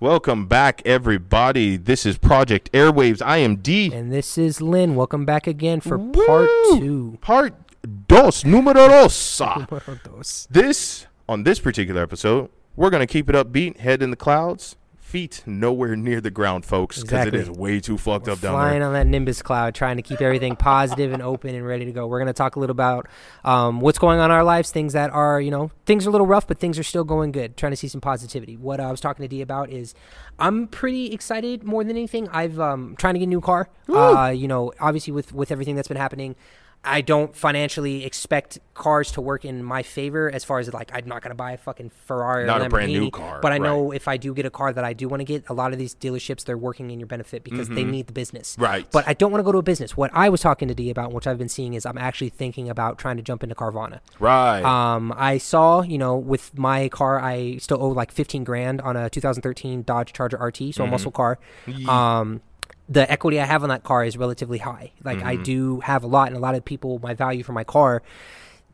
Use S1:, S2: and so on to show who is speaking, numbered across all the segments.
S1: Welcome back, everybody. This is Project Airwaves. I am D.
S2: And this is Lynn. Welcome back again for part
S1: Woo! Ah.
S2: two.
S1: Part dos, número dos.
S2: Dos.
S1: This, on this particular episode, we're going to keep it upbeat, head in the clouds, feet nowhere near the ground, folks, because
S2: Exactly.
S1: it is way too fucked up down
S2: Flying
S1: there.
S2: on that Nimbus cloud, trying to keep everything positive and open and ready to go. We're going to talk a little about um, what's going on in our lives, things that are, you know, things are a little rough, but things are still going good. Trying to see some positivity. What I was talking to D about is I'm pretty excited more than anything. I've um, trying to get a new car. Uh, you know, obviously with with everything that's been happening. I don't financially expect cars to work in my favor as far as like I'm not gonna buy a fucking Ferrari
S1: Not
S2: or
S1: a brand new
S2: Lamborghini,
S1: car,
S2: But I
S1: right.
S2: know if I do get a car that I do want to get, a lot of these dealerships they're working in your benefit because they need the business.
S1: Right.
S2: But I don't want to go to a business. What I was talking to D about, which I've been seeing, is I'm actually thinking about trying to jump into Carvana.
S1: Right.
S2: Um, I saw, you know, with my car, I still owe like 15 grand on a 2013 Dodge Charger RT, so a muscle car. Um, the equity I have on that car is relatively high. Like I do have a lot, and a lot of people, my value for my car,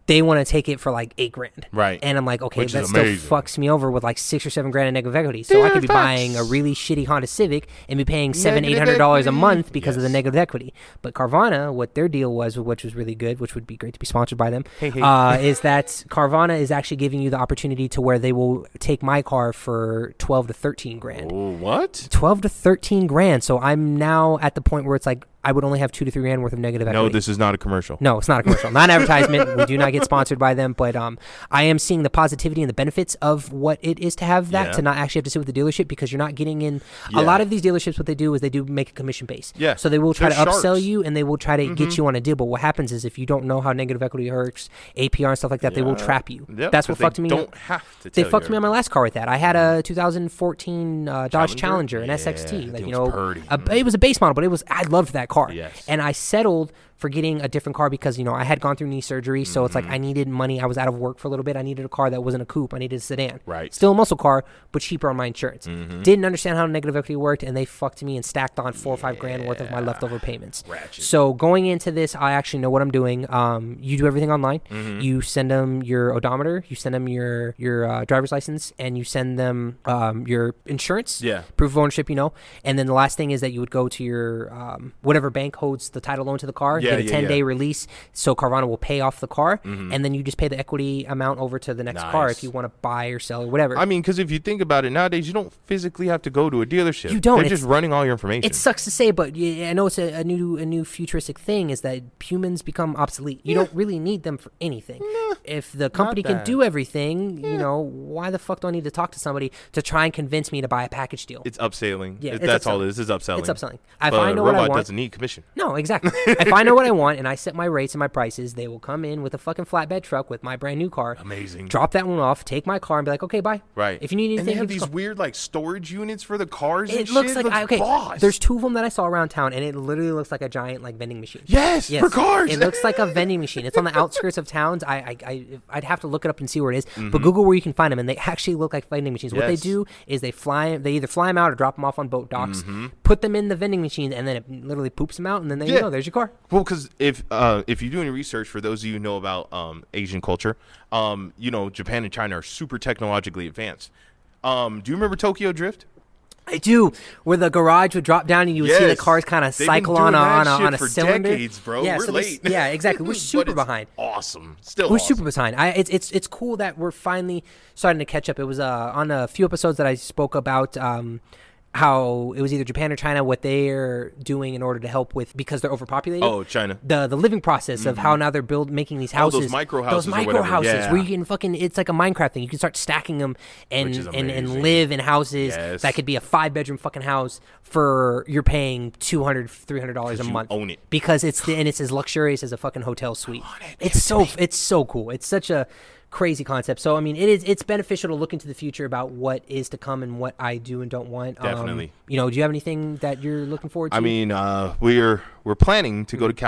S2: they want to take it for like eight grand.
S1: Right.
S2: And I'm like, okay,
S1: Which is
S2: that still
S1: amazing.
S2: fucks me over with like six or seven grand in negative equity. So I could be
S1: Dude,
S2: buying a
S1: facts.
S2: really shitty Honda Civic and be paying seven, eight
S1: Negative
S2: hundred dollars a
S1: equity.
S2: month because of the
S1: Yes.
S2: negative equity. But Carvana, what their deal was, which was really good, which would be great to be sponsored by them,
S1: hey.
S2: uh, is that Carvana is actually giving you the opportunity to where they will take my car for twelve to thirteen grand.
S1: oh, what?
S2: 12 to 13 grand. So I'm now at the point where it's like I would only have 2 to 3 grand worth of negative equity.
S1: No, this is not a commercial.
S2: No, it's not a commercial, not an advertisement. We do not get sponsored by them, but um, I am seeing the positivity and the benefits of what it is to have that
S1: Yeah.
S2: to not actually have to sit with the dealership because you're not getting in.
S1: Yeah.
S2: A lot of these dealerships, what they do is they do make a commission base.
S1: Yeah.
S2: So they will try
S1: They're
S2: to upsell
S1: sharks. Mm-hmm.
S2: you and they will try to get you on a deal. But what happens is if you don't know how negative equity works, APR and stuff like that, they will
S1: Yeah.
S2: trap you.
S1: Yep,
S2: That's
S1: 'cause
S2: what
S1: they
S2: fucked me. up.
S1: Don't have to.
S2: They
S1: tell you
S2: fucked me on my
S1: everything.
S2: last car with that. I had a 2014 uh, Dodge
S1: Challenger?
S2: Challenger, an
S1: Yeah,
S2: SXT.
S1: that
S2: Like
S1: thing
S2: you
S1: was
S2: know,
S1: purty.
S2: a- it was a base model, but it was I loved that car.
S1: Yes.
S2: And I settled for getting a different car because you know I had gone through knee surgery, so
S1: Mm-hmm.
S2: it's like I needed money. I was out of work for a little bit. I needed a car that wasn't a coupe. I needed a sedan.
S1: Right. Mm-hmm.
S2: Still a muscle car, but cheaper on my insurance. Didn't understand how negative equity worked, and they fucked me and stacked on four or five grand worth of my leftover payments.
S1: Ratchet.
S2: So going into this, I actually know what I'm doing. Um, you do everything online.
S1: Mm-hmm.
S2: You send them your odometer, you send them your your uh, driver's license, and you send them um, your insurance,
S1: Yeah.
S2: proof of ownership, you know. And then the last thing is that you would go to your um, whatever bank holds the title loan to the car,
S1: Yeah,
S2: get a
S1: yeah,
S2: 10 day
S1: yeah. Mm-hmm.
S2: release, so Carvana will pay off the car, and then you just pay the equity amount over to the next car
S1: Nice.
S2: if you want to buy or sell or whatever.
S1: I mean, because if you think about it, nowadays you don't physically have to go to a dealership.
S2: You don't.
S1: They're
S2: It's-
S1: just running all your information.
S2: it sucks to say, but yeah, I know it's a, a new a new futuristic thing is that humans become obsolete. You don't really need them for anything. if the company can
S1: that.
S2: do everything, you know, why the fuck do I need to talk to somebody to try and convince me to buy a package deal?
S1: It's upselling.
S2: Yeah,
S1: It-
S2: it's
S1: that's all
S2: upselling.
S1: it is. It's upselling.
S2: It's upselling. If
S1: but
S2: I know
S1: a
S2: what
S1: robot
S2: I want,
S1: doesn't need commission.
S2: no, exactly. if I know what I want and I set my rates and my prices, they will come in with a fucking flatbed truck with my brand new car,
S1: Amazing.
S2: drop that one off, take my car, and be like, okay, bye.
S1: Right.
S2: If you need anything,
S1: and they have
S2: give us a
S1: these
S2: call.
S1: weird like storage units for the cars. and
S2: It looks
S1: shit.
S2: like I- okay.
S1: boss.
S2: There's two of them that I saw around town, and it literally looks like a giant like vending machine.
S1: Yes, for cars.
S2: It looks like a vending machine. It's on the outskirts of towns. I, I, I I'd have to look it up and see where it is, But Google where you can find them, and they actually look like vending machines. What they
S1: Mm-hmm. Yes.
S2: do is they fly. They either fly them out or drop them off on boat docks, put them in the vending machine, and then it literally poops them out, and then there
S1: Mm-hmm.
S2: you
S1: Yeah.
S2: go. There's your car.
S1: Well, because if uh, if you do any research for those of you who know about um, Asian culture, um, you know Japan and China are super technologically advanced. Um, do you remember Tokyo Drift?
S2: I do. Where the garage would drop down and you would see the
S1: Yes.
S2: cars kind of
S1: They've been
S2: cycle on
S1: doing
S2: a, on
S1: that
S2: a,
S1: shit
S2: on a
S1: for
S2: cylinder.
S1: decades, bro.
S2: Yeah,
S1: We're
S2: so this-
S1: late.
S2: yeah, exactly. We're
S1: But
S2: super
S1: it's
S2: behind.
S1: Awesome. Still.
S2: We're
S1: awesome.
S2: super behind. I, it's it's it's cool that we're finally starting to catch up. It was uh, on a few episodes that I spoke about um, how it was either Japan or China what they're doing in order to help with because they're overpopulated.
S1: Oh, China.
S2: The the living process of how now they're build making these
S1: Oh,
S2: houses.
S1: Mm-hmm. those micro houses or
S2: Those micro
S1: whatever.
S2: houses
S1: Yeah.
S2: where you can fucking it's like a Minecraft thing. You can start stacking them and
S1: Which is
S2: and, and
S1: amazing.
S2: live in houses
S1: Yes.
S2: that could be a five bedroom fucking house for you're paying 200 300 dollars a
S1: you
S2: month
S1: own it.
S2: because it's the, and it's as luxurious as a fucking hotel suite. It's so it's so cool. It's such a crazy concept. So I mean, it is it's beneficial to look into the future about what is to come and what I do and don't want. Um,
S1: Definitely.
S2: you know, do you have anything that you're looking forward to?
S1: I mean, uh, we're we're planning to go to
S2: Mm-hmm.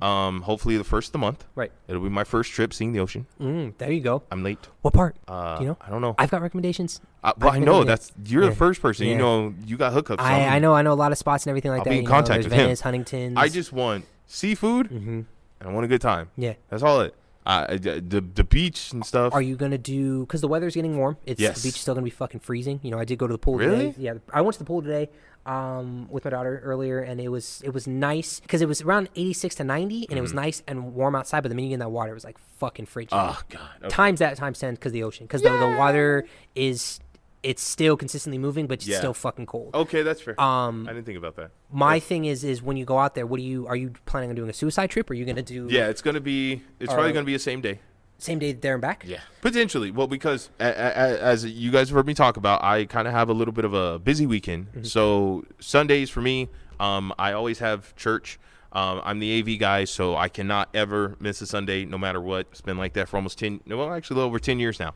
S1: Cali. Um, hopefully the first of the month.
S2: Right.
S1: It'll be my first trip seeing the ocean.
S2: Mm, there you go.
S1: I'm late.
S2: What part?
S1: Uh,
S2: do you know?
S1: I don't know.
S2: I've got recommendations.
S1: I, well, I
S2: been
S1: know
S2: late.
S1: that's you're
S2: Yeah.
S1: the first person.
S2: Yeah.
S1: You know, you got hookups. so
S2: I,
S1: I'm-
S2: I know I know a lot of spots and everything like
S1: I'll
S2: that.
S1: be in
S2: you
S1: contact
S2: know, there's
S1: with him.
S2: Venice, Huntington.
S1: I just want seafood and I want a good time.
S2: Mm-hmm. Yeah.
S1: That's all it. Uh, the the the beach and stuff.
S2: Are you gonna do? Because the weather's getting warm. It's
S1: Yes.
S2: the beach is still gonna be fucking freezing. You know, I did go to the pool
S1: Really?
S2: today. Yeah, I went to the pool today um, with my daughter earlier, and it was it was nice because it was around 86 to 90, and it was nice and warm outside. But the minute you get in that water, it was like fucking frigid.
S1: Mm-hmm. oh God. Okay.
S2: times that times ten because the ocean because the, the water is it's still consistently moving, but it's
S1: Yeah. Oh.
S2: still fucking cold.
S1: Okay, that's fair.
S2: Um,
S1: I didn't think about that.
S2: My thing is, is when you go out there, what do you are you planning on doing a suicide trip? Or are you gonna do
S1: Yeah, it's gonna be. It's probably
S2: right.
S1: gonna be a same day.
S2: same day there and back?
S1: Yeah, potentially. Well, because a- a- a- as you guys have heard me talk about, I kind of have a little bit of a busy weekend.
S2: Mm-hmm.
S1: So Sundays for me, um, I always have church. Um, I'm the AV guy, so I cannot ever miss a Sunday, no matter what. It's been like that for almost ten, well, actually a little over ten years now.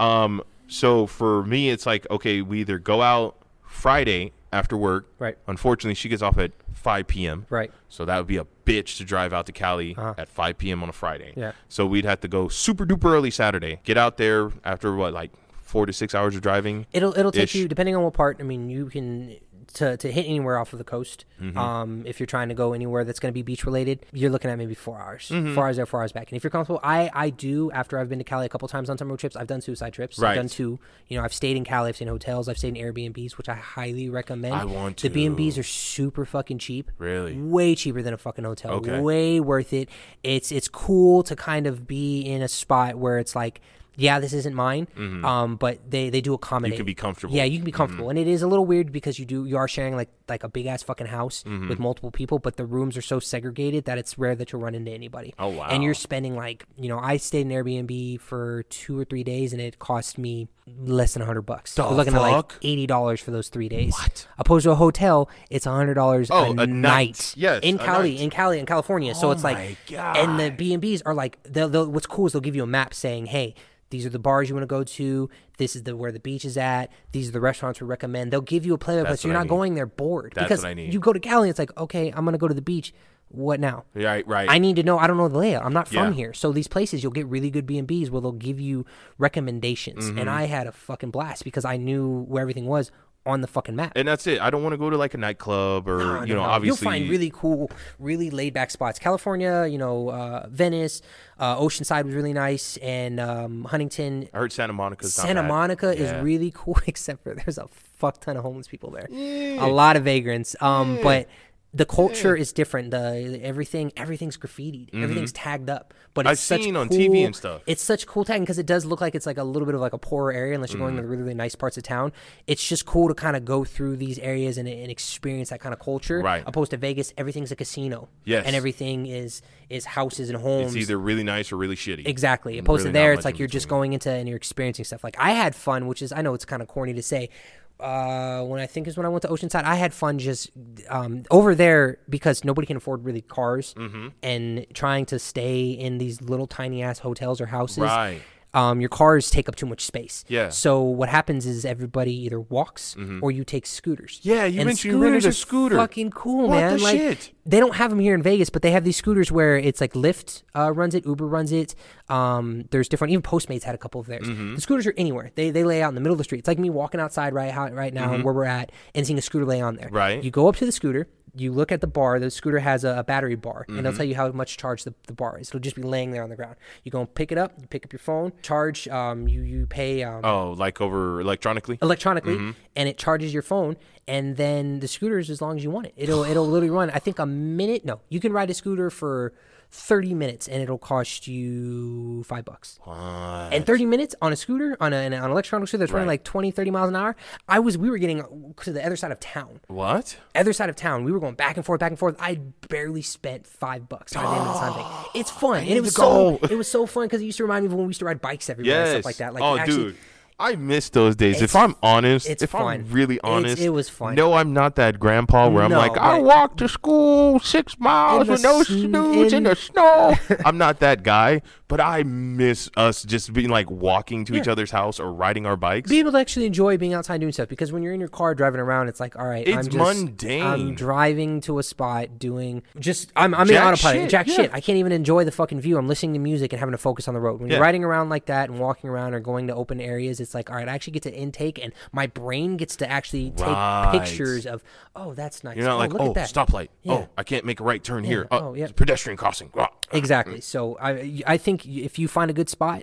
S1: Um, so for me, it's like okay, we either go out Friday after work.
S2: Right.
S1: Unfortunately, she gets off at 5 p.m.
S2: Right.
S1: So that would be a bitch to drive out to Cali at 5 p.m. on a Friday.
S2: Uh-huh. Yeah.
S1: So we'd have to go super duper early Saturday. Get out there after what, like four to six hours of driving.
S2: It'll it'll take
S1: Mm-hmm. Ish.
S2: you depending on what part. I mean, you can to to hit anywhere off of the coast.
S1: Mm-hmm.
S2: Um, if you're trying to go anywhere that's going to be beach related, you're looking at maybe four hours,
S1: Mm-hmm.
S2: four hours there, four hours back. And if you're comfortable, I I do after I've been to Cali a couple times on summer trips. I've done suicide trips.
S1: Right.
S2: I've done two. You know, I've stayed in Cali. I've stayed in hotels. I've stayed in Airbnbs, which I highly recommend.
S1: I want
S2: The B and Bs
S1: to.
S2: are super fucking cheap.
S1: Really?
S2: Way cheaper than a fucking hotel.
S1: Okay.
S2: Way worth it. It's it's cool to kind of be in a spot where it's like. Yeah, this isn't mine.
S1: Mm-hmm.
S2: Um, but they they do accommodate
S1: You can be comfortable. Mm-hmm.
S2: yeah, you can be comfortable, and it is a little weird because you do you are sharing like like a big ass fucking house
S1: Mm-hmm.
S2: with multiple people, but the rooms are so segregated that it's rare that you'll run into anybody.
S1: Oh, wow.
S2: And you're spending like you know I stayed in Airbnb for two or three days, and it cost me less than a hundred bucks. We're looking at like
S1: fuck?
S2: eighty dollars for those three days. What? Opposed to a hotel, it's a hundred dollars
S1: Oh,
S2: a
S1: a night. Yes,
S2: in
S1: a
S2: Cali,
S1: night.
S2: in Cali, in California. So
S1: Oh
S2: it's like,
S1: my
S2: and the B and B's are like, they'll, they'll, what's cool is they'll give you a map saying, hey, these are the bars you want to go to. This is the where the beach is at. These are the restaurants we recommend. They'll give you a play by play,
S1: That's
S2: so you're
S1: what I
S2: not
S1: need.
S2: going there bored.
S1: That's
S2: because
S1: what I need.
S2: you go to Cali, it's like, okay, I'm gonna go to the beach. What now?
S1: Right, right.
S2: I need to know. I don't know the layout. I'm not from
S1: Yeah.
S2: here. So these places, you'll get really good B and B's where they'll give you recommendations.
S1: Mm-hmm.
S2: And I had a fucking blast because I knew where everything was on the fucking map.
S1: and that's it. I don't want to go to like a nightclub or,
S2: No,
S1: you know,
S2: no, no.
S1: obviously.
S2: you'll find really cool, really laid back spots. California, you know, uh, Venice, uh, Oceanside was really nice, and um, Huntington,
S1: I heard Santa Monica's not
S2: Santa
S1: bad.
S2: Monica
S1: Yeah.
S2: is really cool, except for there's a fuck ton of homeless people there, a lot of vagrants. Um, but the culture is different. The everything, everything's graffitied, everything's tagged up. But it's
S1: Mm-hmm. I've
S2: such
S1: seen
S2: cool,
S1: on TV and stuff.
S2: It's such cool tagging because it does look like it's like a little bit of like a poorer area, unless you're going
S1: Mm.
S2: to the really, really nice parts of town. It's just cool to kind of go through these areas and, and experience that kind of culture.
S1: Right.
S2: Opposed to Vegas, everything's a casino.
S1: Yes.
S2: And everything is is houses and homes.
S1: It's either really nice or really shitty.
S2: Exactly. Opposed
S1: really
S2: to
S1: not
S2: there, it's
S1: much
S2: like
S1: in
S2: you're just going into and you're experiencing stuff. Like I had fun, which is I know it's kind of corny to say. Uh, when I think is when I went to Oceanside, I had fun just um, over there because nobody can afford really cars,
S1: Mm-hmm.
S2: and trying to stay in these little tiny ass hotels or houses.
S1: Right.
S2: Um, your cars take up too much space.
S1: Yeah. Mm-hmm.
S2: So what happens is everybody either walks or you take scooters.
S1: Yeah, you
S2: And
S1: mentioned you rented a
S2: scooters are
S1: scooter.
S2: Fucking cool,
S1: What
S2: man.
S1: the
S2: like,
S1: shit?
S2: they don't have them here in Vegas, but they have these scooters where it's like Lyft uh, runs it, Uber runs it. Um, there's different. Even Postmates had a couple of theirs. The scooters are anywhere. They they lay out in the middle of the street. It's like me walking outside right how, right now where we're at and seeing a scooter lay on there.
S1: Right.
S2: You go up to the scooter. You look at the bar. The scooter has a, a battery bar, and they'll tell you how much charge the, the bar is. It'll just be laying there on the ground. You go and pick it up. You pick up your phone. Charge. Um, you you pay. Um,
S1: Oh, like over electronically?
S2: electronically
S1: Mm-hmm.
S2: and it charges your phone and then the scooter is as long as you want it it'll it'll literally run i think a minute no you can ride a scooter for 30 minutes and it'll cost you five bucks
S1: What?
S2: and 30 minutes on a scooter on, a, on an electronic scooter that's running
S1: Right.
S2: like 20 30 miles an hour i was we were getting to the other side of town
S1: What?
S2: other side of town. We were going back and forth, back and forth. I barely spent five bucks by the end of the Sunday. It's fun, and
S1: need
S2: it was
S1: to
S2: so
S1: go.
S2: it was so fun because it used to remind me of when we used to ride bikes everywhere and
S1: Yes.
S2: stuff like that. Like
S1: oh,
S2: actually,
S1: dude. I miss those days. If I'm honest,
S2: it's
S1: if
S2: fun.
S1: I'm really
S2: It's-
S1: honest,
S2: it was fun.
S1: No, I'm not that grandpa where I'm
S2: No,
S1: like, I
S2: but-
S1: walked to school six miles
S2: the
S1: with no
S2: sn-
S1: shoes
S2: in-
S1: in the snow. I'm not that guy, but I miss us just being like walking to each other's house or riding our bikes.
S2: be able to actually enjoy being outside doing stuff because when you're in your car driving around, it's like, all right,
S1: It's
S2: I'm just, I'm
S1: mundane.
S2: driving to a spot doing just I'm I'm in
S1: Jack
S2: autopilot,
S1: shit,
S2: jack
S1: yeah.
S2: shit. I can't even enjoy the fucking view. I'm listening to music and having to focus on the road. When you're
S1: Yeah.
S2: riding around like that and walking around or going to open areas, it's like, all right, I actually get to intake and my brain gets to actually take
S1: Right.
S2: pictures of, oh, that's nice.
S1: You're not
S2: oh,
S1: like,
S2: look
S1: oh,
S2: at that.
S1: stoplight.
S2: Yeah.
S1: Oh, I can't make a right turn here.
S2: Yeah.
S1: Oh,
S2: Oh, yeah.
S1: it's a pedestrian crossing. Uh, Wah.
S2: Exactly. So I I think if you find a good spot,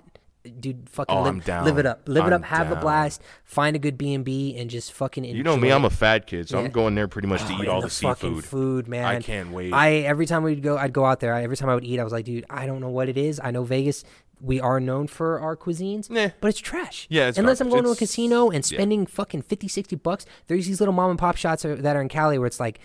S2: dude, fucking
S1: Oh,
S2: live,
S1: I'm down.
S2: live it up, live it
S1: I'm
S2: up, have a
S1: down.
S2: blast, find a good B and B, and just fucking enjoy.
S1: You know me, I'm a fad kid, so
S2: Yeah.
S1: I'm going there pretty much to eat all the,
S2: fucking
S1: seafood.
S2: food, man.
S1: I can't wait.
S2: I every time we'd go, I'd go out there. I, every time I would eat, I was like, dude, I don't know what it is. I know Vegas. We are known for our cuisines,
S1: Nah.
S2: but it's trash.
S1: Yeah, it's
S2: unless I'm
S1: garbage.
S2: going to a
S1: It's-
S2: casino and spending fucking 50, 60 bucks. There's these little mom and pop shots are, that are in Cali where it's like,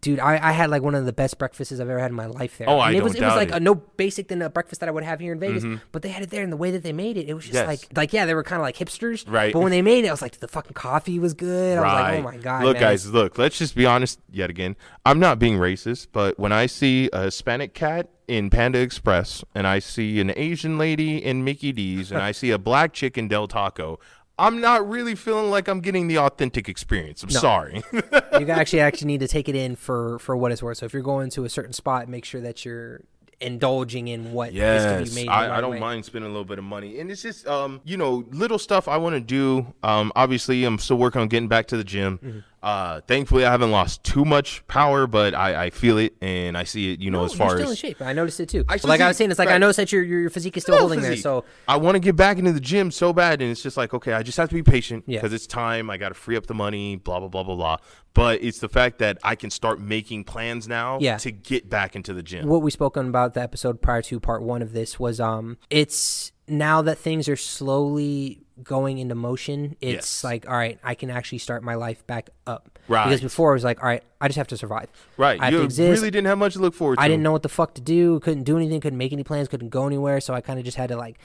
S2: dude, I, I had like one of the best breakfasts I've ever had in my life there.
S1: Oh,
S2: and
S1: I
S2: it
S1: don't
S2: was it was
S1: doubt
S2: like
S1: it. Mm-hmm.
S2: a no basic than a breakfast that I would have here in Vegas, but they had it there and the way that they made it, it was just
S1: Yes.
S2: like like yeah, they were kind of like hipsters,
S1: Right.
S2: But when they made it, I was like, the fucking coffee was good. I was like, oh my god,
S1: Look,
S2: man.
S1: guys, look, let's just be honest yet again. I'm not being racist, but when I see a Hispanic cat in Panda Express and I see an Asian lady in Mickey D's and I see a black chick in Del Taco, I'm not really feeling like I'm getting the authentic experience. I'm sorry.
S2: you actually actually need to take it in for for what it's worth. So if you're going to a certain spot, make sure that you're indulging in what is to be made. the
S1: I, I
S2: right
S1: don't
S2: way.
S1: mind spending a little bit of money, and it's just um, you know, little stuff I want to do. Um, obviously, I'm still working on getting back to the gym.
S2: Mm-hmm.
S1: Uh, thankfully, I haven't lost too much power, but I, I feel it and I see it. You know,
S2: No,
S1: as far
S2: Oh, you're still in
S1: as
S2: shape. I noticed it too. But
S1: still
S2: like I
S1: see-
S2: was saying, it's like I
S1: right.
S2: noticed that your your physique is still holding
S1: physique.
S2: there. So
S1: I want to get back into the gym so bad, and it's just like, okay, I just have to be patient
S2: Yeah.
S1: because it's time. I got to free up the money, blah blah blah blah blah. But it's the fact that I can start making plans now
S2: Yeah.
S1: to get back into the gym.
S2: what we spoke on about the episode prior to part one of this was um it's now that things are slowly going into motion it's
S1: Yes.
S2: like all right i can actually start my life back up
S1: Right.
S2: because before it was like all right i just have to survive
S1: right,
S2: i have
S1: you
S2: to exist
S1: really didn't have much to look forward to.
S2: I didn't know what the fuck to do. Couldn't do anything. Couldn't make any plans. Couldn't go anywhere. So I kind of just had to like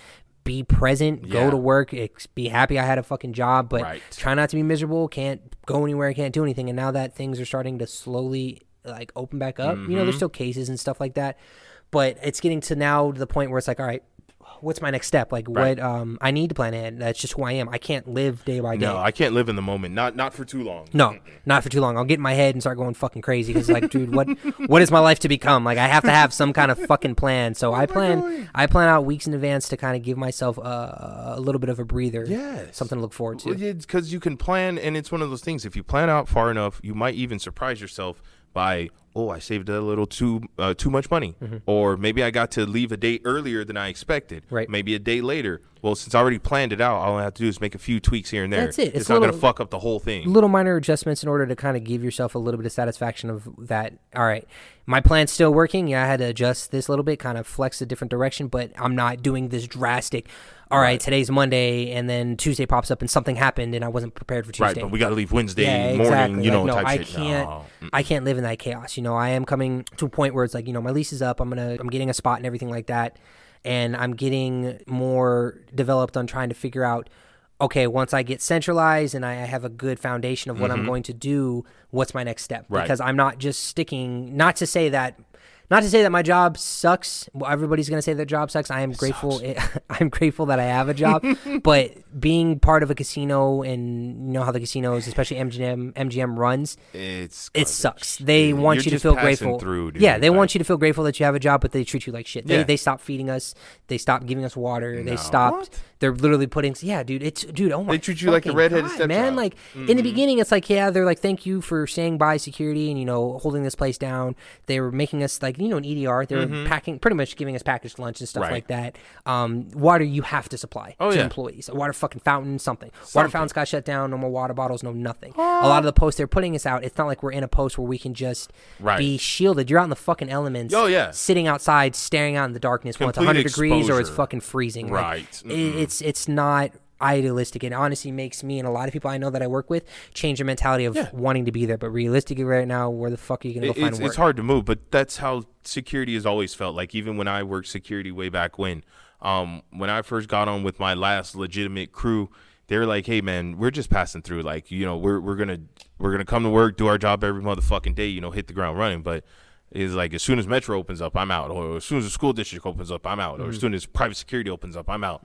S2: be present, go
S1: Yeah.
S2: to work, ex- be happy I had a fucking job, but
S1: Right.
S2: try not to be miserable. Can't go anywhere. Can't do anything. And now that things are starting to slowly like open back up, you know,
S1: Mm-hmm.
S2: there's still cases and stuff like that, but it's getting to now to the point where it's like, all right. What's my next step? Like what um I need to plan ahead. That's just who I am. I can't live day by day.
S1: No, I can't live in the moment. Not not for too long.
S2: No, not for too long. I'll get in my head and start going fucking crazy because, like, dude, what what is my life to become? Like, I have to have some kind of fucking plan. So I plan I plan out weeks in advance to kind of give myself a, a little bit of a breather,
S1: Yes.
S2: something to look forward to.
S1: because you can plan, and it's one of those things. If you plan out far enough, you might even surprise yourself by, oh, I saved a little too uh, too much money,
S2: Mm-hmm.
S1: or maybe I got to leave a day earlier than I expected.
S2: Right.
S1: Maybe a day later. Well, since I already planned it out, all I have to do is make a few tweaks here and there.
S2: That's it.
S1: It's,
S2: It's a
S1: not
S2: little-
S1: gonna fuck up the whole thing.
S2: Little minor adjustments in order to kind of give yourself a little bit of satisfaction of that. All right, my plan's still working. Yeah, I had to adjust this a little bit, kind of flex a different direction, but I'm not doing this drastic. All right, today's Monday, and then Tuesday pops up and something happened, and I wasn't prepared for
S1: right.
S2: Tuesday.
S1: But we got to leave Wednesday
S2: Yeah,
S1: morning.
S2: exactly.
S1: You know,
S2: like, no,
S1: type
S2: I
S1: shit.
S2: can't.
S1: No.
S2: I can't live in that chaos. You know, I am coming to a point where it's like, you know, my lease is up. I'm gonna, I'm getting a spot and everything like that, and I'm getting more developed on trying to figure out. Okay, once I get centralized and I have a good foundation of what I'm going to do, what's my next step?
S1: Right.
S2: Because I'm not just sticking. Not to say that. Not to say that my job sucks. Well, everybody's gonna say their job sucks. I am grateful. I'm grateful that I have a job, but being part of a casino and you know how the casinos, especially MGM, MGM runs,
S1: It's
S2: it sucks. They
S1: Dude,
S2: want
S1: you're
S2: you to
S1: just
S2: feel
S1: passing
S2: grateful.
S1: through, dude.
S2: yeah, they
S1: Like-
S2: want you to feel grateful that you have a job, but they treat you like shit. They,
S1: Yeah.
S2: they stopped feeding us. They stopped giving us water. They stopped.
S1: What?
S2: They're literally putting. Yeah, dude. It's dude. Oh my.
S1: They treat you like a
S2: fucking
S1: redheaded
S2: God, man.
S1: stepchild. Mm-hmm.
S2: Like in the beginning, it's like yeah, they're like thank you for staying by security and you know holding this place down. They were making us like you know an EDR. They were packing pretty much giving us packaged lunch and stuff
S1: Mm-hmm. Right.
S2: like that. Um, water you have to supply
S1: Oh,
S2: to
S1: yeah.
S2: employees. A water fucking fountain, something. Water fountains got shut down. No more water bottles. No nothing. A lot of the posts they're putting us out. It's not like we're in a post where we can just
S1: Right.
S2: be shielded. You're out in the fucking elements.
S1: Oh, yeah.
S2: Sitting outside, staring out in the darkness. when it's
S1: Complete
S2: 100 degrees or it's
S1: exposure.
S2: fucking freezing. Like,
S1: Right.
S2: i- it's it's not idealistic. It honestly makes me and a lot of people I know that I work with change their mentality of wanting to be there. But realistically, right now, where the fuck are you gonna go
S1: It-
S2: find
S1: it's,
S2: work?
S1: it's hard to move, but that's how security has always felt. Like even when I worked security way back when, um, when I first got on with my last legitimate crew, they were like, "Hey man, we're just passing through. Like you know, we're we're gonna we're gonna come to work, do our job every motherfucking day. You know, hit the ground running." But it's like as soon as Metro opens up, I'm out, or as soon as the school district opens up, I'm out, or
S2: Mm-hmm.
S1: as soon as private security opens up, I'm out.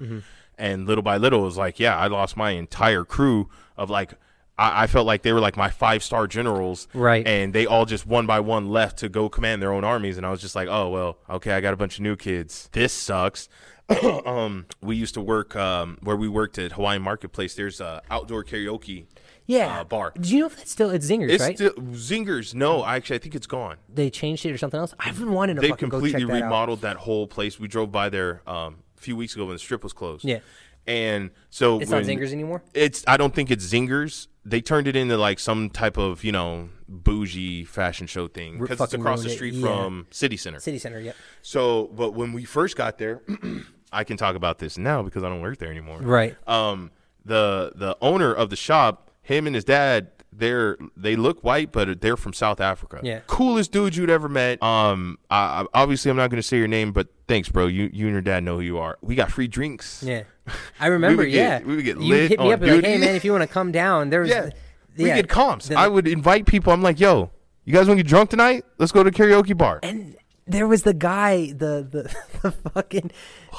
S1: And little by little, it was like, yeah, I lost my entire crew of like. I I felt like they were like my five star generals,
S2: Right.
S1: and they all just one by one left to go command their own armies and i was just like oh well okay i got a bunch of new kids this sucks um we used to work um where we worked at hawaiian marketplace there's uh outdoor karaoke
S2: Yeah.
S1: uh, bar.
S2: Do you know if that's still it's Zingers,
S1: It's
S2: right?
S1: still Zingers. No, actually, I think it's gone.
S2: they changed it or something else. I've been wanting to
S1: They've
S2: fucking
S1: completely
S2: go check that out.
S1: remodeled that whole place. We drove by there um, a few weeks ago when the strip was closed.
S2: Yeah.
S1: And so
S2: It's not
S1: when-
S2: Zingers anymore.
S1: It's I don't think it's Zingers. They turned it into like some type of you know bougie fashion show thing
S2: Ru-
S1: because it's
S2: fucking
S1: across the
S2: ruined it,
S1: street
S2: yeah.
S1: from City Center.
S2: City Center. Yep.
S1: So, but when we first got there, I can talk about this now because I don't work there anymore.
S2: Right.
S1: Um, the the owner of the shop, him and his dad, they're they look white, but they're from South Africa.
S2: Yeah.
S1: Coolest dude you'd ever met. Um, I, I- obviously I'm not gonna say your name, but thanks, bro. You you and your dad know who you are. We got free drinks.
S2: Yeah. I remember.
S1: get-
S2: yeah.
S1: we would get
S2: you
S1: lit
S2: hit me
S1: on
S2: up and like, hey
S1: duty.
S2: man, if you want to come down, there was.
S1: Yeah. We
S2: yeah.
S1: get comps.
S2: The-
S1: I would invite people. I'm like, yo, you guys want to get drunk tonight? Let's go to karaoke bar.
S2: And there was the guy, the the, the fucking.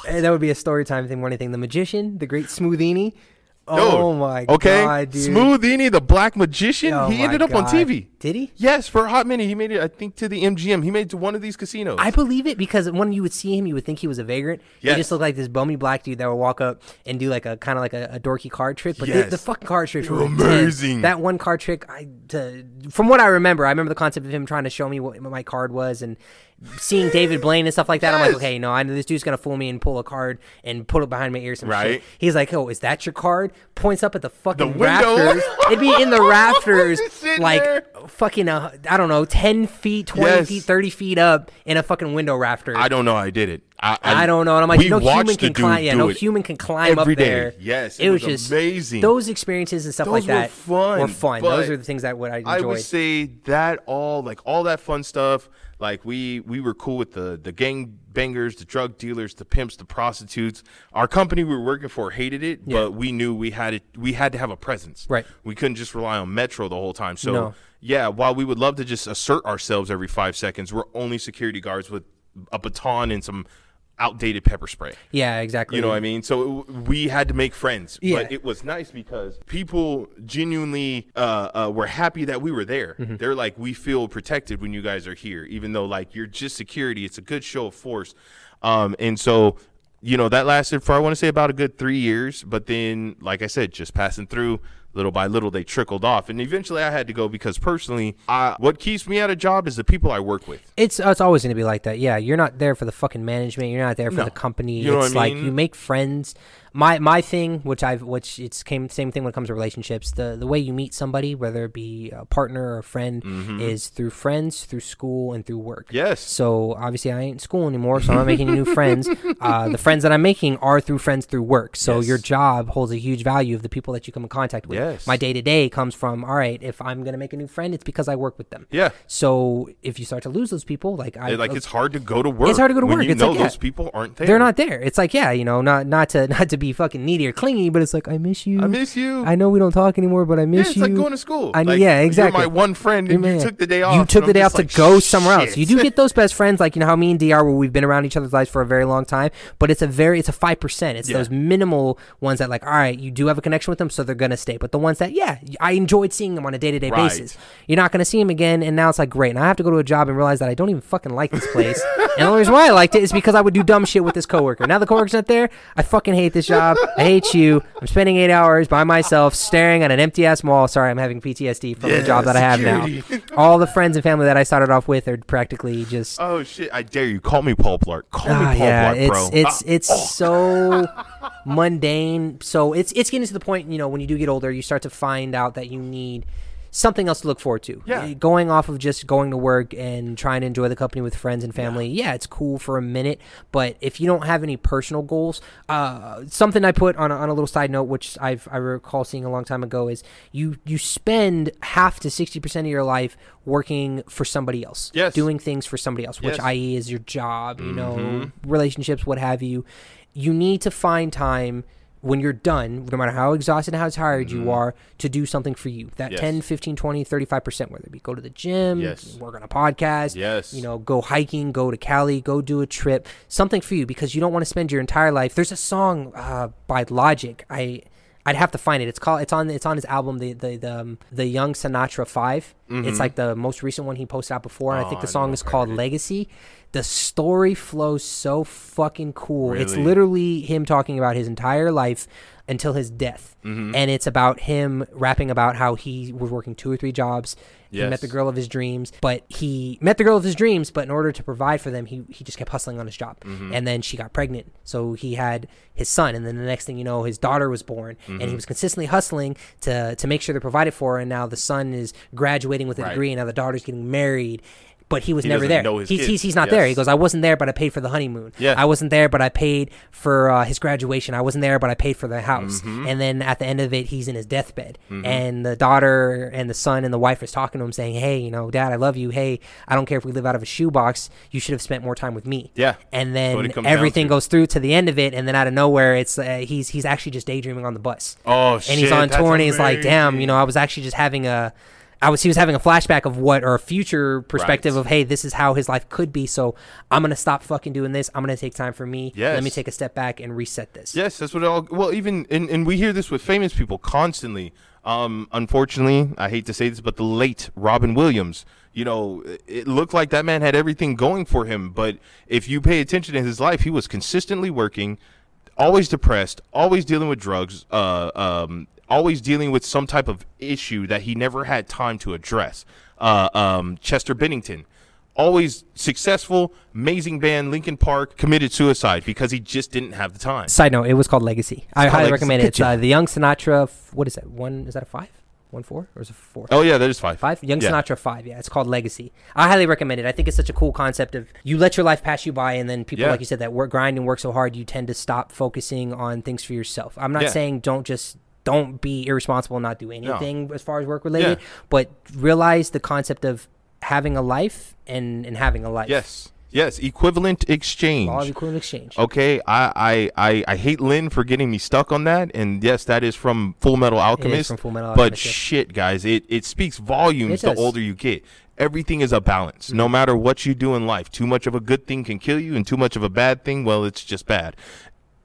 S2: eh, That would be a story time thing. One thing, the magician, the great Smoothini. Oh
S1: Dude,
S2: my
S1: okay.
S2: god, dude!
S1: Smoothini, the black magician,
S2: Oh
S1: he
S2: my
S1: ended up on
S2: God.
S1: TV.
S2: Did he?
S1: Yes, for a hot minute. He made it, I think, to the MGM. He made it to one of these casinos.
S2: I believe it because when you would see him, you would think he was a vagrant.
S1: Yes.
S2: He just looked like this bummy black dude that would walk up and do like a kind of like a, a dorky card trick. But
S1: Yes.
S2: the, the fucking card tricks
S1: They
S2: were
S1: were amazing.
S2: intense. That one card trick, I to, from what I remember, I remember the concept of him trying to show me what my card was and seeing David Blaine and stuff like that. I'm
S1: Yes.
S2: like, okay, no, I know this dude's gonna fool me and pull a card and put it behind my ear. Some
S1: Right.
S2: Shit. He's like, oh, is that your card? Points up at the fucking
S1: window.
S2: rafters. It'd be in the rafters,
S1: Sitting
S2: like
S1: there.
S2: fucking, uh, I don't know, ten feet, twenty
S1: Yes.
S2: feet, thirty feet up in a fucking window rafter.
S1: I
S2: I,
S1: don't know how he did it. I,
S2: don't know. And I'm like,
S1: we
S2: no human
S1: watched the
S2: can climb.
S1: dude
S2: Yeah,
S1: do
S2: no
S1: it.
S2: human can climb
S1: every
S2: up
S1: day.
S2: there.
S1: Yes, it was amazing.
S2: Those experiences and stuff
S1: Those
S2: like
S1: were
S2: that
S1: fun,
S2: were fun.
S1: but
S2: Those are the things that what I
S1: I
S2: enjoyed.
S1: would say that all like all that fun stuff. Like we we were cool with the the gang bangers, the drug dealers, the pimps, the prostitutes. Our company we were working for hated it, but we knew we had it. We had to have a presence.
S2: Right.
S1: We couldn't just rely on Metro the whole time. So
S2: No.
S1: yeah, while we would love to just assert ourselves every five seconds, we're only security guards with a baton and some outdated pepper spray.
S2: yeah, exactly.
S1: You know what I mean? So it, we had to make friends.
S2: Mm-hmm. Yeah.
S1: But it was nice because people genuinely uh, uh, were happy that we were there.
S2: Mm-hmm.
S1: They're like, we feel protected when you guys are here, even though like you're just security. It's a good show of force. Um, and so, you know, that lasted for, I want to say about a good three years. But then, like I said, just passing through little by little, they trickled off. And eventually I had to go because personally, I, what keeps me at a job is the people I work with.
S2: It's it's always going to be like that. Yeah, you're not there for the fucking management. You're not there for
S1: No.
S2: the company.
S1: You know what
S2: it's
S1: I
S2: like
S1: mean?
S2: you make friends. My my thing, which I've which it's came same thing when it comes to relationships. The the way you meet somebody, whether it be a partner or a friend, is through friends, through school, and through work.
S1: Mm-hmm. Yes.
S2: So obviously, I ain't in school anymore, so I'm not making any new friends. Uh, the friends that I'm making are through friends through work. So
S1: Yes.
S2: your job holds a huge value of the people that you come in contact with.
S1: Yes.
S2: My day to day comes from all right. If I'm gonna make a new friend, it's because I work with them.
S1: Yeah.
S2: So if you start to lose those people, like I
S1: It- like it's hard to go to work.
S2: hard to go to
S1: when
S2: work.
S1: You
S2: It's
S1: know
S2: like, yeah,
S1: those people aren't there.
S2: they're not there. It's like yeah, you know, not not to not to be fucking needy or clingy, but it's like I miss you.
S1: I miss you.
S2: I know we don't talk anymore, but I
S1: Yeah,
S2: miss
S1: it's
S2: you.
S1: like going to school.
S2: I know.
S1: Like,
S2: yeah, exactly.
S1: You're my one friend, and
S2: Man,
S1: you took the day off.
S2: You took
S1: and
S2: the
S1: I'm
S2: day off
S1: just
S2: to
S1: like,
S2: go somewhere else.
S1: "Shit."
S2: You do get those best friends, like you know how me and Dr. where we've been around each other's lives for a very long time, but it's a very it's a five percent. It's
S1: Yeah.
S2: those minimal ones that like, all right, you do have a connection with them, so they're gonna stay. But the ones that, yeah, I enjoyed seeing them on a day to day
S1: Right.
S2: basis. You're not gonna see them again, and now it's like great. And I have to go to a job and realize that I don't even fucking like this place. and the only reason why I liked it is because I would do dumb shit with this coworker. Now the coworker's not there. I fucking hate this job. I hate you. I'm spending eight hours by myself staring at an empty ass wall. Sorry, I'm having PTSD from
S1: Yeah,
S2: the job that I have now
S1: security.
S2: all the friends and family that I started off with are practically just.
S1: Oh shit! I dare you. Call me Paul Blart. Call
S2: Ah,
S1: me Paul
S2: yeah,
S1: Blart, bro.
S2: it's it's
S1: Ah,
S2: it's so mundane. So it's it's getting to the point, you know, when you do get older, you start to find out that you need something else to look forward to.
S1: Yeah.
S2: Eh, Going off of just going to work and trying to enjoy the company with friends and family, yeah, it's cool for a minute, but if you don't have any personal goals, uh, something I put on a, on a little side note, which I've I recall seeing a long time ago, is you you spend half to sixty percent of your life working for somebody else,
S1: Yes.
S2: doing things for somebody else, which
S1: Yes. Mm-hmm.
S2: i.e. is your job, you know, relationships, what have you. You need to find time when you're done, no matter how exhausted and how tired you are, to do something for you. That
S1: Mm-hmm. Yes.
S2: 10, 15, 20, 35%, whether it be go to the gym,
S1: Yes.
S2: work on a podcast,
S1: Yes.
S2: you know, go hiking, go to Cali, go do a trip, something for you because you don't want to spend your entire life. There's a song uh, by Logic. I I'd have to find it. It's called. It's on. It's on his album, the the the, um, the Young Sinatra 5 It's like the most recent one he posted out before. and I think the song is called Legacy. The story flows so fucking cool. It's
S1: Really?
S2: literally him talking about his entire life until his death. And it's about him rapping about how he was working two or three jobs. He met
S1: Yes.
S2: the girl of his dreams, but he met the girl of his dreams, but in order to provide for them, he, he just kept hustling on his job.
S1: Mm-hmm.
S2: And then she got pregnant. So he had his son. And then the next thing you know, his daughter was born. And
S1: Mm-hmm.
S2: he was consistently hustling to, to make sure they're provided for. And now the son is graduating with a
S1: Right.
S2: degree, and now the daughter's getting married. But he was
S1: He
S2: never
S1: doesn't
S2: there.
S1: know his
S2: he's,
S1: kids.
S2: he's, he's not there. He
S1: Yes.
S2: goes, I wasn't there, but I paid for the honeymoon.
S1: Yeah.
S2: I wasn't there, but I paid for uh, his graduation. I wasn't there, but I paid for the house.
S1: Mm-hmm.
S2: And then at the end of it, he's in his deathbed, and the daughter and the son and the wife is talking to him, saying, "Hey, you know, Dad, I love you. Hey, I don't care if we live out of a shoebox. You should have spent more time with me."
S1: Yeah.
S2: And
S1: That's what
S2: then
S1: it comes down
S2: everything
S1: to.
S2: goes through to the end of it, and then out of nowhere, it's uh, he's he's actually just daydreaming on the bus
S1: Oh shit!
S2: and he's on
S1: that's
S2: tour and he's like, damn,
S1: amazing.
S2: you know, I was actually just having a, I was he was having a flashback of what or a future perspective
S1: Right.
S2: of hey, this is how his life could be. So I'm gonna stop fucking doing this. I'm gonna take time for me. Let me
S1: Yes.
S2: take a step back and reset this.
S1: Yes, that's what it all. Well, even and, and we hear this with famous people constantly. Um, unfortunately, I hate to say this, but the late Robin Williams. You know, it- it looked like that man had everything going for him, but if you pay attention to his life, he was consistently working, always depressed, always dealing with drugs, uh, um, always dealing with some type of issue that he never had time to address. Uh, um, Chester Bennington always successful, amazing band, Lincoln Park, committed suicide because he just didn't have the time.
S2: Side note: It was called Legacy. I
S1: called
S2: highly
S1: Legacy.
S2: recommend it.
S1: Good
S2: It's uh, the Young Sinatra. f- What is that? One is that a five? One four or is it four?
S1: Oh yeah, there's five.
S2: Five Young
S1: yeah.
S2: Sinatra five, yeah. It's called Legacy. I highly recommend it. I think it's such a cool concept of you let your life pass you by, and then people
S1: Yeah.
S2: like you said that work grind and work so hard, you tend to stop focusing on things for yourself. I'm not
S1: Yeah.
S2: saying don't just don't be irresponsible and not do anything as far as work related,
S1: Yeah.
S2: but realize the concept of having a life and and having a life.
S1: Yes, Oh. yes, equivalent exchange.
S2: all of equal exchange.
S1: Okay, I, I I I hate Lynn for getting me stuck on that, and yes, that is from Full Metal Alchemist.
S2: from Full Metal
S1: but
S2: Alchemist, yeah.
S1: shit, guys, it it speaks volumes.
S2: It
S1: the
S2: does. Mm-hmm.
S1: older you get, everything is a balance. No matter what you do in life, too much of a good thing can kill you, and too much of a bad thing, well, it's just bad.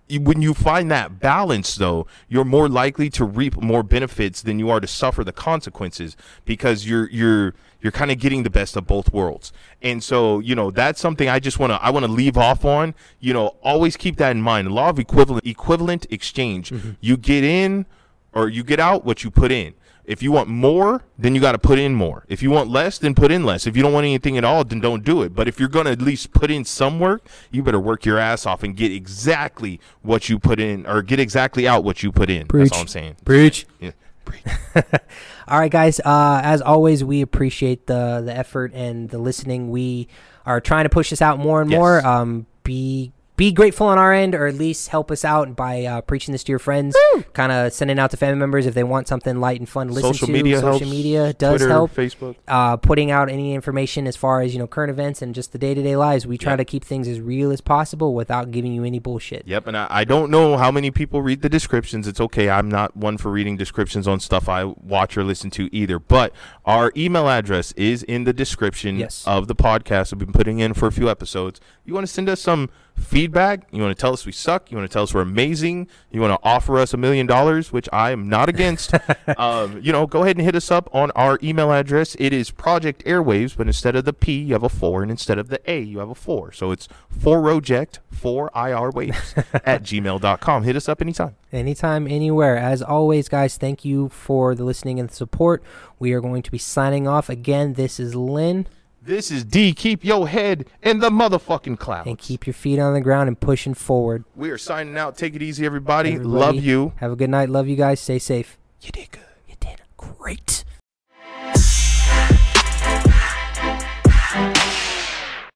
S1: You- When you find that balance, though, you're more likely to reap more benefits than you are to suffer the consequences because you're you're you're kind of getting the best of both worlds. And so, you know, that's something I just want to I want to leave off on. You know, always keep that in mind. Law of equivalent equivalent exchange.
S2: Mm-hmm.
S1: You get in or you get out what you put in. If you want more, then you got to put in more. If you want less, then put in less. If you don't want anything at all, then don't do it. But if you're going to at least put in some work, you better work your ass off and get exactly what you put in or get exactly out what you put in. That's all I'm saying.
S2: Preach.
S1: Yeah. Preach.
S2: All right, guys. Uh, as always, we appreciate the the effort and the listening. We are trying to push this out more and
S1: Yes.
S2: more. Um, be be grateful on our end, or at least help us out by uh, preaching this to your friends. Kind of sending out to family members if they want something light and fun to listen
S1: Social
S2: to.
S1: media
S2: Social
S1: helps.
S2: media does
S1: Twitter,
S2: help.
S1: Facebook.
S2: Uh, putting out any information as far as you know current events and just the day to day lives. We try
S1: Yeah.
S2: to keep things as real as possible without giving you any bullshit.
S1: Yep, and I, I don't know how many people read the descriptions. It's okay. I'm not one for reading descriptions on stuff I watch or listen to either. But our email address is in the description
S2: Yes.
S1: of the podcast. We've been putting in for a few episodes. You want to send us some feedback? You want to tell us we suck? You want to tell us we're amazing? You want to offer us a million dollars, which I am not against. um, you know, go ahead and hit us up on our email address. It is Project Airwaves, but instead of the P, you have a four, and instead of the A, you have a four. So it's four project four IR waves at gmail.com. Hit us up anytime.
S2: Anytime, anywhere. As always, guys, thank you for the listening and the support. We are going to be signing off again. This is Lynn,
S1: This is D. Keep your head in the motherfucking clouds.
S2: and keep your feet on the ground and pushing forward.
S1: We are signing out. Take it easy, everybody.
S2: Everybody,
S1: Love you.
S2: Have a good night. Love you guys. Stay safe.
S1: You did good.
S2: You did great.